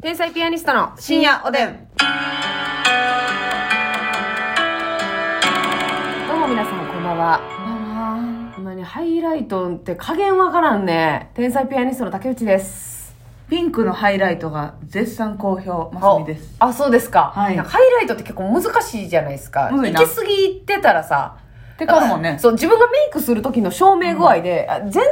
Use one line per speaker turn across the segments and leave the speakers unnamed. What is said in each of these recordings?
天才ピアニストの深夜おでん。どうも皆さん、こんばんは。今ね、ハイライトって加減わからんね。天才ピアニストの竹内です。
ピンクのハイライトが絶賛好評、マスミです。
あ、そうですか。
はい
なんかハイライトって結構難しいじゃないですか。
むずいな
行き過ぎてたらさ、
テカるもんね。
そう、自分がメイクする時の照明具合で、あ全然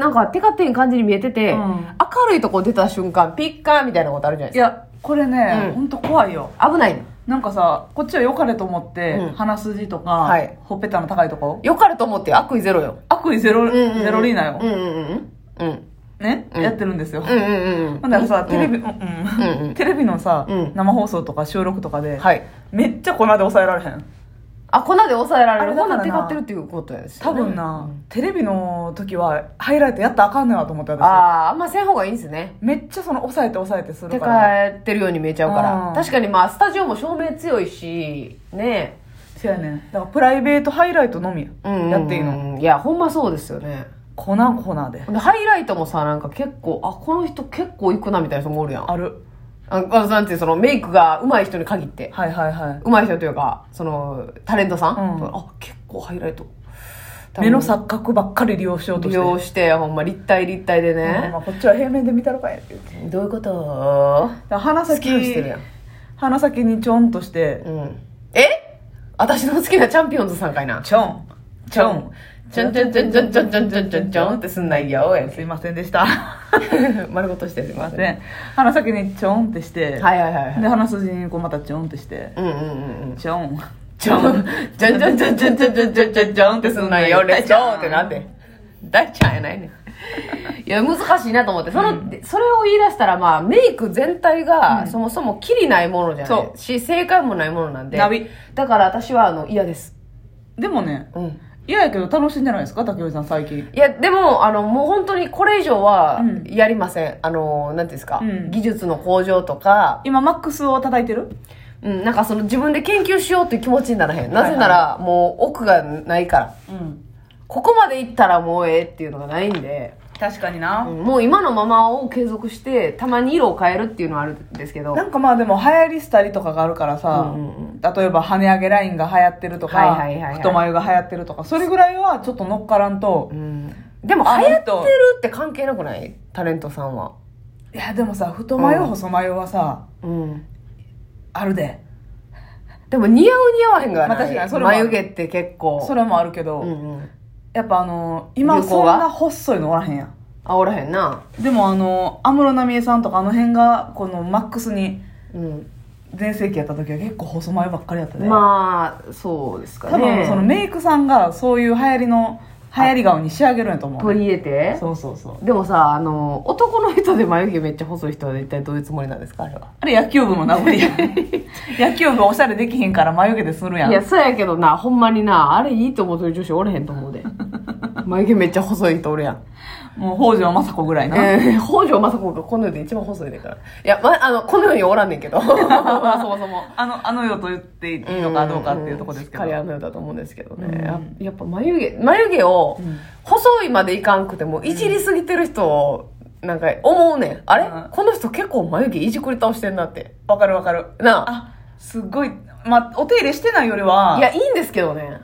なんかテカテン感じに見えてて、
うん
明るいとこ出た瞬間、ピッカーみたいなことあるじゃないで
い
す
や、これね
う、ん
ほんと怖いよ。
か。危ないの。
なんかさ、こっちは良かれと思って
うん、
鼻筋と
は
か
い、
ほっぺたの高いとこ、
よかれと思って悪意ゼロよ。
悪意ゼロ、
うんうんうん
ゼロリーナ
うん
よ。
うんうん。うん。
ね
うん
やってるんですよ。
うんうんうん。
ほんならさ、テレビ、
う
うんん
うんうん
テレビのさ
うん、
生放送とか収録とかで、
はい。
めっちゃ粉で抑えられへん。
あ、粉で抑えられ
あ
る。
れだ
粉
からな
テカってるっていうことですよ
多
ね。
分な、テレビの時は、ハイライトやったらあかんねんなと思って
あ
私。
あ、あんません方がいいんですね。
めっちゃその、抑えて抑えてす
テ
るから。
カってるように見えちゃうか
う
ら。
ん
確かにまあ、スタジオも照明強いし、ね
そうやねん。だからプライベートハイライトのみ
え。うんうんうん
やっていいの。
いや、ほんまそうですよね。
粉粉で。
でハイライトもさ、なんか結構、あ、この人結構いくなみたいな人もおるやん。あ
ある。
あの、なんていう、そのメイクが上手い人に限って。
はいはいはい。
上手い人というか、その、タレントさん。
うん
あ、結構ハイライト。
目の錯覚ばっかり利用しようと
利
して。
用して、ほんま立体立体で
うん
ね
ま。あこっちは平面で見たろかいって言って。
どういうこと
だから鼻
好きにして
先
るやん、
鼻先にちょんとして、
うん、え私の好きなチャンピオンズさんかいな。
ちょん、ちょん、
ちょんちょんちょんちょんちょんちょんちょんちょんちょんってすんない よ。
すいませんでした。
丸ごとしてすい
すい
ま
ま
せ
せ
ん。
ん。鼻先にちょんってして、
はいはいはいはい。
で、鼻筋にこうまたちょんってして、
うんうんうんうん。
ちょん。
ちょん、ちょんちょんちょんちょんちょんちょんちょんちょんちょんってすんないよ。レッツゴーってなんで。大ちゃんやないねん。いや、難しいなと思って。その、それを言い出したら、まあ、メイク全体が、そもそもきりないものじゃな
そ
いし、正解もないものなんで。
ナビ
だから私は、あの、嫌です。
でもね、
うん。
嫌やけど楽しいんじゃないですか、竹内さん最近。
いや、でも、あの、もう本当にこれ以上は
うん
やりません。あの、なんていうんですか、
うん
技術の向上とか、
今、マックスを叩いてる
うん、なんかその自分で研究しようっていう気持ちにならへん。なぜなら、もう奥がないから。
うん。
ここまで行ったらもうええっていうのがないんで、
確かにな
う。んもう今のままを継続して、たまに色を変えるっていうのはあるんですけど、
なんかまあでも流行りしたりとかがあるからさ、
うんうん
例えば跳ね上げラインが流行ってるとか、
はいはいはいはい
太眉が流行ってるとかそれぐらいはちょっと乗っからんと、
うんでも流
あ
行ってる
ほんと
って関係なくないタレントさんは。
いやでもさ太眉
うん
細眉はさ
うん。
あるで
でも似合う似合わへんが
ま
な
あ
い、
確かにそれはある
眉毛って結構。
それもあるけど、
うんうん。
やっぱあの今
流行
そ
が
んな細いのおらへんやん
あおらへんな。
でもあの安室奈美恵さんとかあの辺がこのマックスに
うん。
全盛期やった時は結構細眉ばっかりやったで、
まあそうですかね
多分そのメイクさんがそういう流行りの流行り顔に仕上げるんやと思う
取り入れて
そうそうそう
でもさあの男の人で眉毛めっちゃ細い人は一体どういうつもりなんですかあれは
あれ野球部の名残 や。野球部おしゃれできへんから眉毛でするやん。
いやそうやけどなほんまになあれいいと思ってる女子おれへんと思うで眉毛めっちゃ細い人おるやん、
もう北条政子ぐらいな。
えー、北条政子がこの世で一番細いねんからいや、ま、あのこの世におらんねん けどそもそも
あの、あの世と言っていいのかどうかっていうとこですけど。
しっかりあの世だと思うんですけどね、
うん
ややっぱ眉毛眉毛を
うん
細いまでいかんくてもいじりすぎてる人をなんか思うねんあれ、
うん
この人結構眉毛いじくり倒してんなって
わかるわかる。
な
あ、すっごい、まあ、お手入れしてないより
あ
は、
いやいいんですけどね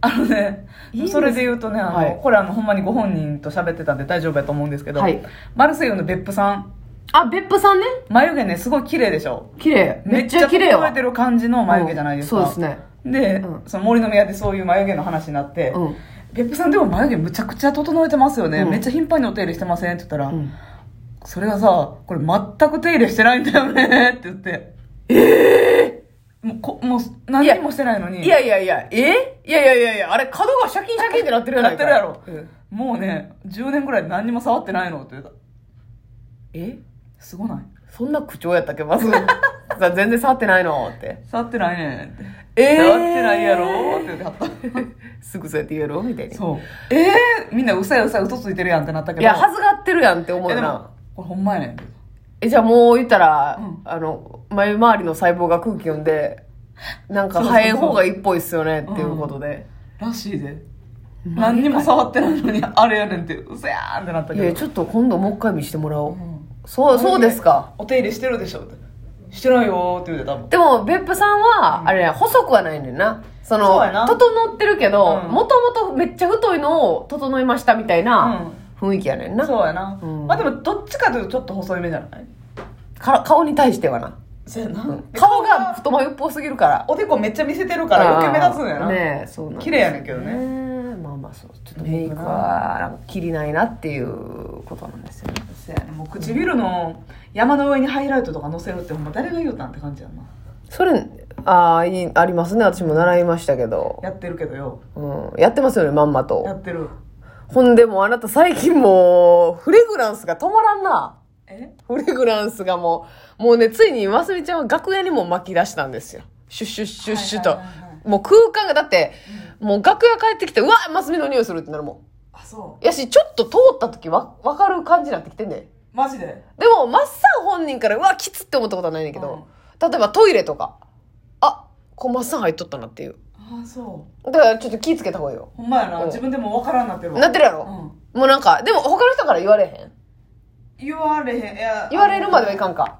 あのね
いいんです
それで言うとね、あの、
はい
これあの、ほんまにご本人と喋ってたんで大丈夫やと思うんですけど、
はい
マルセイユの別府さん、
あ別府さんね
眉毛ね、すごい綺麗でしょ。
綺麗めっちゃ綺麗
めっ整え
わ
てる感じの眉毛じゃないですか。
うんそうですね
で、
うん
その森の宮でそういう眉毛の話になって、
うん
別府さんでも眉毛むちゃくちゃ整えてますよね、
うん
めっちゃ頻繁にお手入れしてませんって言ったら、
うん
それがさこれ全く手入れしてないんだよねって言ってええもうこもう何にもしてないのに
いやいやいやえいやいやいやいやあれ角がシャキンシャキンってなってるやないか
なって
うん
もうね10年ぐらい何にも触ってないのって言った
え
すごない
そんな口調やったっけまず さ全然触ってないのって
触ってないねって、
ええ
触ってないやろ って言ってはった
すぐそうやって言えるみたいに
そうええみんなうさいうさい嘘ついてるやんってなったけど
いや恥ずがってるやんって思
え
う
で
な
もこれほんまやねんって
えじゃあもう言ったら、
うん
あの眉周りの細胞が空気読んでなんか
そうそうそう
早い方がいいっぽいっすよねっていうことで、
らしいで何にも触ってないのにあれやねんってうせやーんってなった
い
け
や
ど
ちょっと今度もう一回見してもらおう、
うん
そう、そうですか。
お手入れしてるでしょってしてないよーって言うてたもん
でも、別府さんは、あれや、細くはないねんな。その
そうや、な
整ってるけど、
うん
もともとめっちゃ太いのを整いましたみたいな雰囲気やねんな。
そうやな、
うん
まあでもどっちかというとちょっと細い目じゃない
か顔に対してはな。
そうやな、
顔が太眉っぽすぎるから。
おでこめっちゃ見せてるから余計目立つんやな、
あーねえ、そうなんです
綺麗やねんけどね
ねえまあまあそう。ちょっとメイクは、なんか、きりないなっていうことなんですよね。
そうやねもう唇の山の上にハイライトとか乗せるってほんま誰が言うたんって感じやんな
それ、ああ、いい、ありますね。私も習いましたけど。
やってるけどよ
うん。やってますよね、まんまと
や。ってる
ほんでもうあなた最近もう、フレグランスが止まらんな。
え
フレグランスがもう、もうね、ついにますみちゃんは楽屋にも巻き出したんですよ。シュッシュッシュッシュッと。
はいはいはいは
もう空間が、だって、もう楽屋帰ってきて、うわますみの匂いするってなるも
あそ
ん。やし、ちょっと通った時わ、わかる感じになってきてんねん。
うマジで
でも、マッサン本人から、うわ、きつって思ったことはないねんだけど、例えばトイレとか、あ、こうマッサン入っとったなっていう。
あそう
だからちょっと気ぃつけた方がいいよ。
ほんまや
う
なん自分でもわからんなってるわ
なってるや
う
ろ、
ん
もうなんか、でも他の人から言われへん
言われへんいや
言われるまではいいかんか。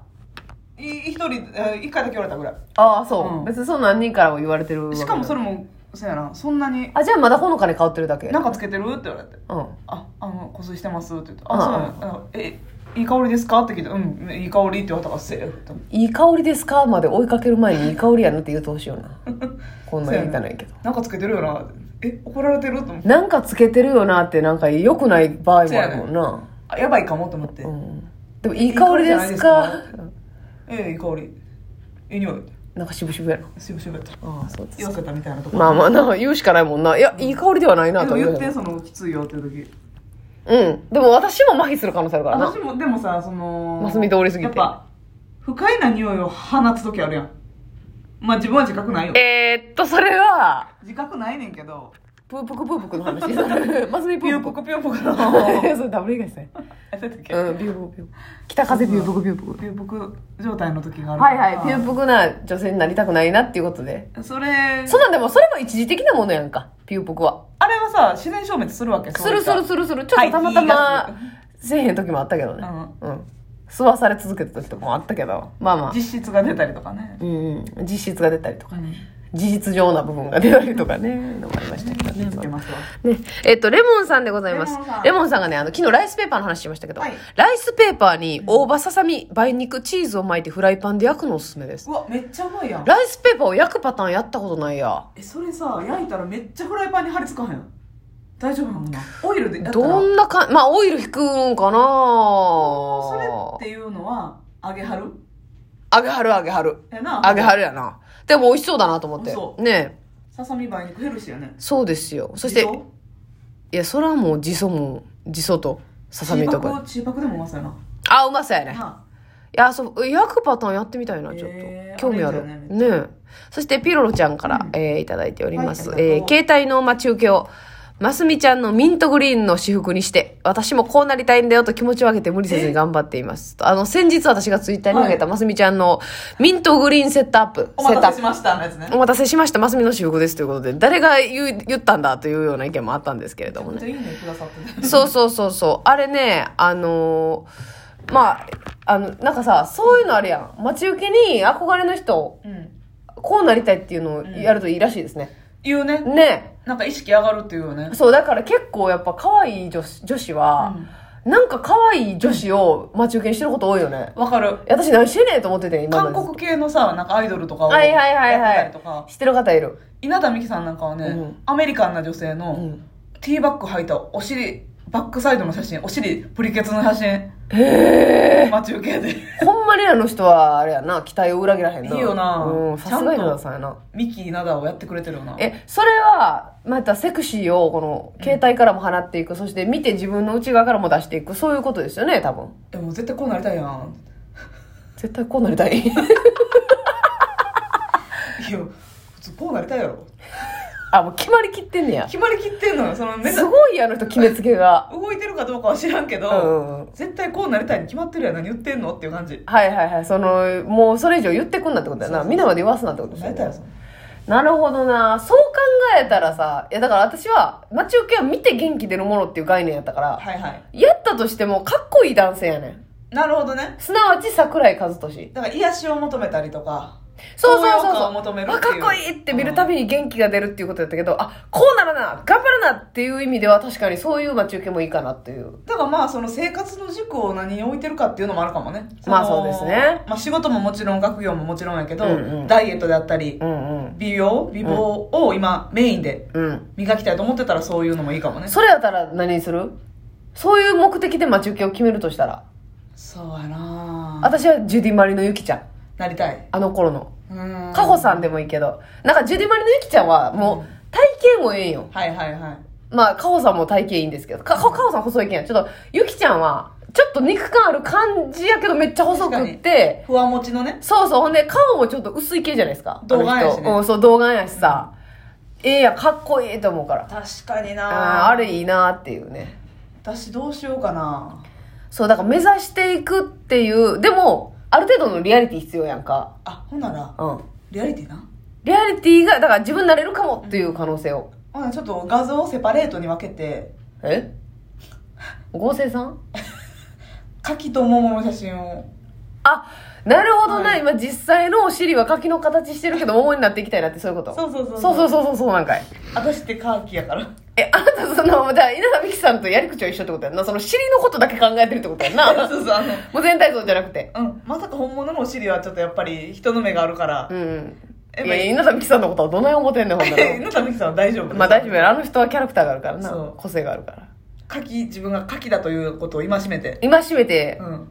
一人え一回だけ言われたぐらい
ああ、そう。
うん
別にそう何人からも言われてる。
しかもそ
れ。
れもそうやなそんなに
あ、じゃあまだほのかに香ってるだけ。
なんかつけてるって言われて
うん。
あ、あの、こすしてますって言って、
うん
あ、そうなの、あえ、いい香りですかって聞いて、うん、いい香りって言われたからセーフと思って。
いい香りですかまで追いかける前にいい香りやなって言うてほしいよ な。こんなん言いたないけど。
なんかつけてるよな。え、怒られてると思って。
なんかつけてるよなってなんか良くない場合もあるもんな。
あ、やばいかもと思って。
うん。でもいい香りですか
いい香りじゃないですかえ、いい香り。いい匂い。
なんか渋々やな。
しぶしぶやった。
ああ、そうです
言わせたみたいなとこ。
まあまあな、言うしかないもんな。いや、いい香りではないな
で
と
も
は
言
言
っ
う
て
け
ん
ど。
そのきついよっていう時
うん。でも私も麻痺する可能性あるからな
私。もでもさその
マスミ通り過ぎて
やっぱ不快な匂いを放つ時あるやんまあ自分は自覚ないよ
えー、っと、それは、
自覚ないねんけど
プープクプープクの話。 マスミプ
ピュ
ー
ーポ
プク。
コピューポコ
い
の
やそれダブル以外ですね。
やったっけ
うん、ビューボビューボ北風ビューボビューボ
ピューポク状態の時がある
はいはい、ピュー
ポ
プクな女性になりたくないなっていうことで。
クそれ
そんなんでも、それも一時的なものやんか、ピュープクは。
あれはさ自然消滅するわけ
するする
る
するする。ちょっとたまた
はい
ま、せえへん時もあったけどね。うん。吸わされ続けた時とかもあったけど、まあまあ。
実質が出たりとかね
うん、実質が出たりとか、事実上な部分が出たりとかね、のがありましたけどね
気。付けますわ
ね、えっと、レモンさんでございます。レ
レ
モ
モンさん
ンさんがね、あの、昨日ライスペーパーの話しましたけど、
はい
ライスペーパーに大葉、ささみ、梅肉、チーズを巻いてフライパンで焼くのおすすめです
う。わめっちゃうまいやん
ライスペーパーを焼くパターンやったことないや。
えそれさ焼いたらめっちゃフライパンに張り付かへん大丈夫なのかなオイルでやったら
どんなかん、まあ、オイル引くんかな
それっていうのは揚げ張る
揚げはる揚げはる。
やな
揚げはるやな。でも美味しそうだなと思って
嘘。
ねえ
ささみ梅肉ヘルシーやね
そうですよ。そして、
地
いや、それはもう、じそも、じそと、ささみと
白
か。
チーパクでもうまそうやな
あ、うまそうやね。
ない
や、そう、焼くパターンやってみたいな、ちょっと。
えー
興味あ
あ
る。
れいいん
ねえそして、ピロロちゃんから、えーいただいております。
はいありが
え
と
ー
う
携帯の待ち受けを、ますみちゃんのミントグリーンの私服にして、私もこうなりたいんだよと気持ちを上げて無理せずに頑張っています。あの、先日私がツイッターに上げた
は
ますみちゃんのミントグリーンセットアップ。
お待た
セ
せ
ッ
し
トアップ
ましたのやつね
お待たせしました。ますみの私服ですということで、誰が言う言ったんだというような意見もあったんですけれども
め
ね
っちゃ。いいねくださってて
そうそうそうそう。あれね、あのーまあ、あの、なんかさ、そういうのあるやん。待ち受けに憧れの人、
うん
こうなりたいっていうのをやるといいらしいですね。
言うね
ね
なんか意識上がるっていうよね
そう、だから結構やっぱ可愛い女子女子は、なんか可愛い女子を待ち受けにしてること多いよね。
わかる
私何してんねんと思ってて、今ま
韓
で。
国系のさなんかアイドルとかを
はいはいはい
やって
は
たり
い
とか。
してる方いる。
稲田美希さんなんかはね、
うん
アメリカンな女性
う
の
ん
ティーバッグ履いたお尻バックサイドの写真お尻プリケツの写真へえ待ち受けで
ほんまにあの人は、あれやな、期待を裏切らへんな。
いいよな
うん、さすがに
ちゃん
な
と
さんやな。
ミキ稲田をやってくれてるよな
えそれはまたセクシーをこの携帯からも放っていく、そして見て自分の内側からも出していくそういうことですよね多分
えもう絶対こうなりたいやん
絶対こうなりたい
いや普通こうなりたいやろ
あもう決まりきってんねや
決まりきってんのよその目
す
だ
ごいやあの人決めつけ が
動いてるかどうかは知らんけ
う
ど、
んはい
絶対こうなりたいに決まってるやん何言ってんのっていう感じ
はいはいそのもうそれ以上言ってくんなってことや
そうそ
な
うそう
皆まで言わすなってことです
な
よ
りたい
ね
やそんな
なるほどなそう考えたらさいやだから私は待ち受けを見て元気出るものっていう概念やったから、
はいはい
やったとしてもかっこいい男性やねん
なるほどね。
すなわち桜井和俊。
だから癒しを求めたりとか。
そうそうそう
高揚
そ
感
う。
を求める
あ
っていう
かっこいいって見るたびに元気が出るっていうことだったけど、あ、こうならな、頑張らなっていう意味では確かにそういう待ち受けもいいかなっていう。
だからまあその生活の軸を何に置いてるかっていうのもあるかもね。
まあ
の
そうですね。
まあ仕事ももちろん学業ももちろんやけど、
うんうん
ダイエットであったり
う、んうん。
美容、美貌を今メインで
うん。
磨きたいと思ってたらそういうのもいいかもね。
それやったら何にするそういう目的で待ち受けを決めるとしたら。
そうやなぁ
私はジュディ・マリのゆきちゃん。
なりたい。
あの頃の。
うん
カホさんでもいいけど。なんかジュディ・マリのゆきちゃんはもう体型もええんよ。
はいはいはい。
まあ、カホさんも体型いいんですけど。かカホさん細いけんや。ちょっと、ゆきちゃんは、ちょっと肉感ある感じやけどめっちゃ細くって。
不安持ちのね。
そうそう。ほんで、顔もちょっと薄い系じゃないですか。
童顔やし
あ
ね
の人うん、そう、童顔やしさ。ええやん、かっこいいと思うから。
確かに
あ
な
あ、あれいいなっていうね。
私どうしようかな
そう、だから目指していくっていう、でも、ある程度のリアリティ必要やんか。
あ、ほんなら、
うん。
リアリティな。
リアリティが、だから自分になれるかもっていう可能性を。
ほんならちょっと画像をセパレートに分けて、
え合成さん
柿と桃の写真を。
あ、なるほどね。
はい
今実際のお尻は柿の形してるけど、桃になっていきたいなってそういうこと。
そうそうそう
そうそうそうそうそうなんかい。
私ってカーキやから。
え、あなたその、じゃあ稲田美樹さんとやり口は一緒ってことやんな。その尻のことだけ考えてるってことやん な。
そうそう、あの、
もう全体像じゃなくて。
うん、まさか本物のお尻はちょっとやっぱり人の目があるから
う、ん。
え
いや、稲田美樹さんのことはどない思ってんねん、ほんなら
え。のためきさんは大丈夫
まあ大丈夫やろあの人はキャラクターがあるからな
そう
個性があるから
カキ、自分がカキだということを戒めて、
今しめて、
うん、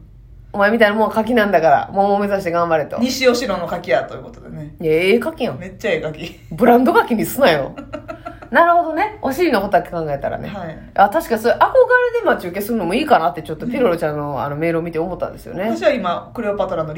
お前みたいなもん柿なんだから桃を目指して頑張れとい
西吉野のカキやということでね。
やええ柿やん
めっちゃええカキ。
ブランド柿にすなよなるほどねお尻のことだけ考えたらね、
はい
あ確かにそれ憧れで待ち受けするのもいいかなってちょっとピロロちゃんのあのメールを見て思ったんですよね
私は今、クレオパトラの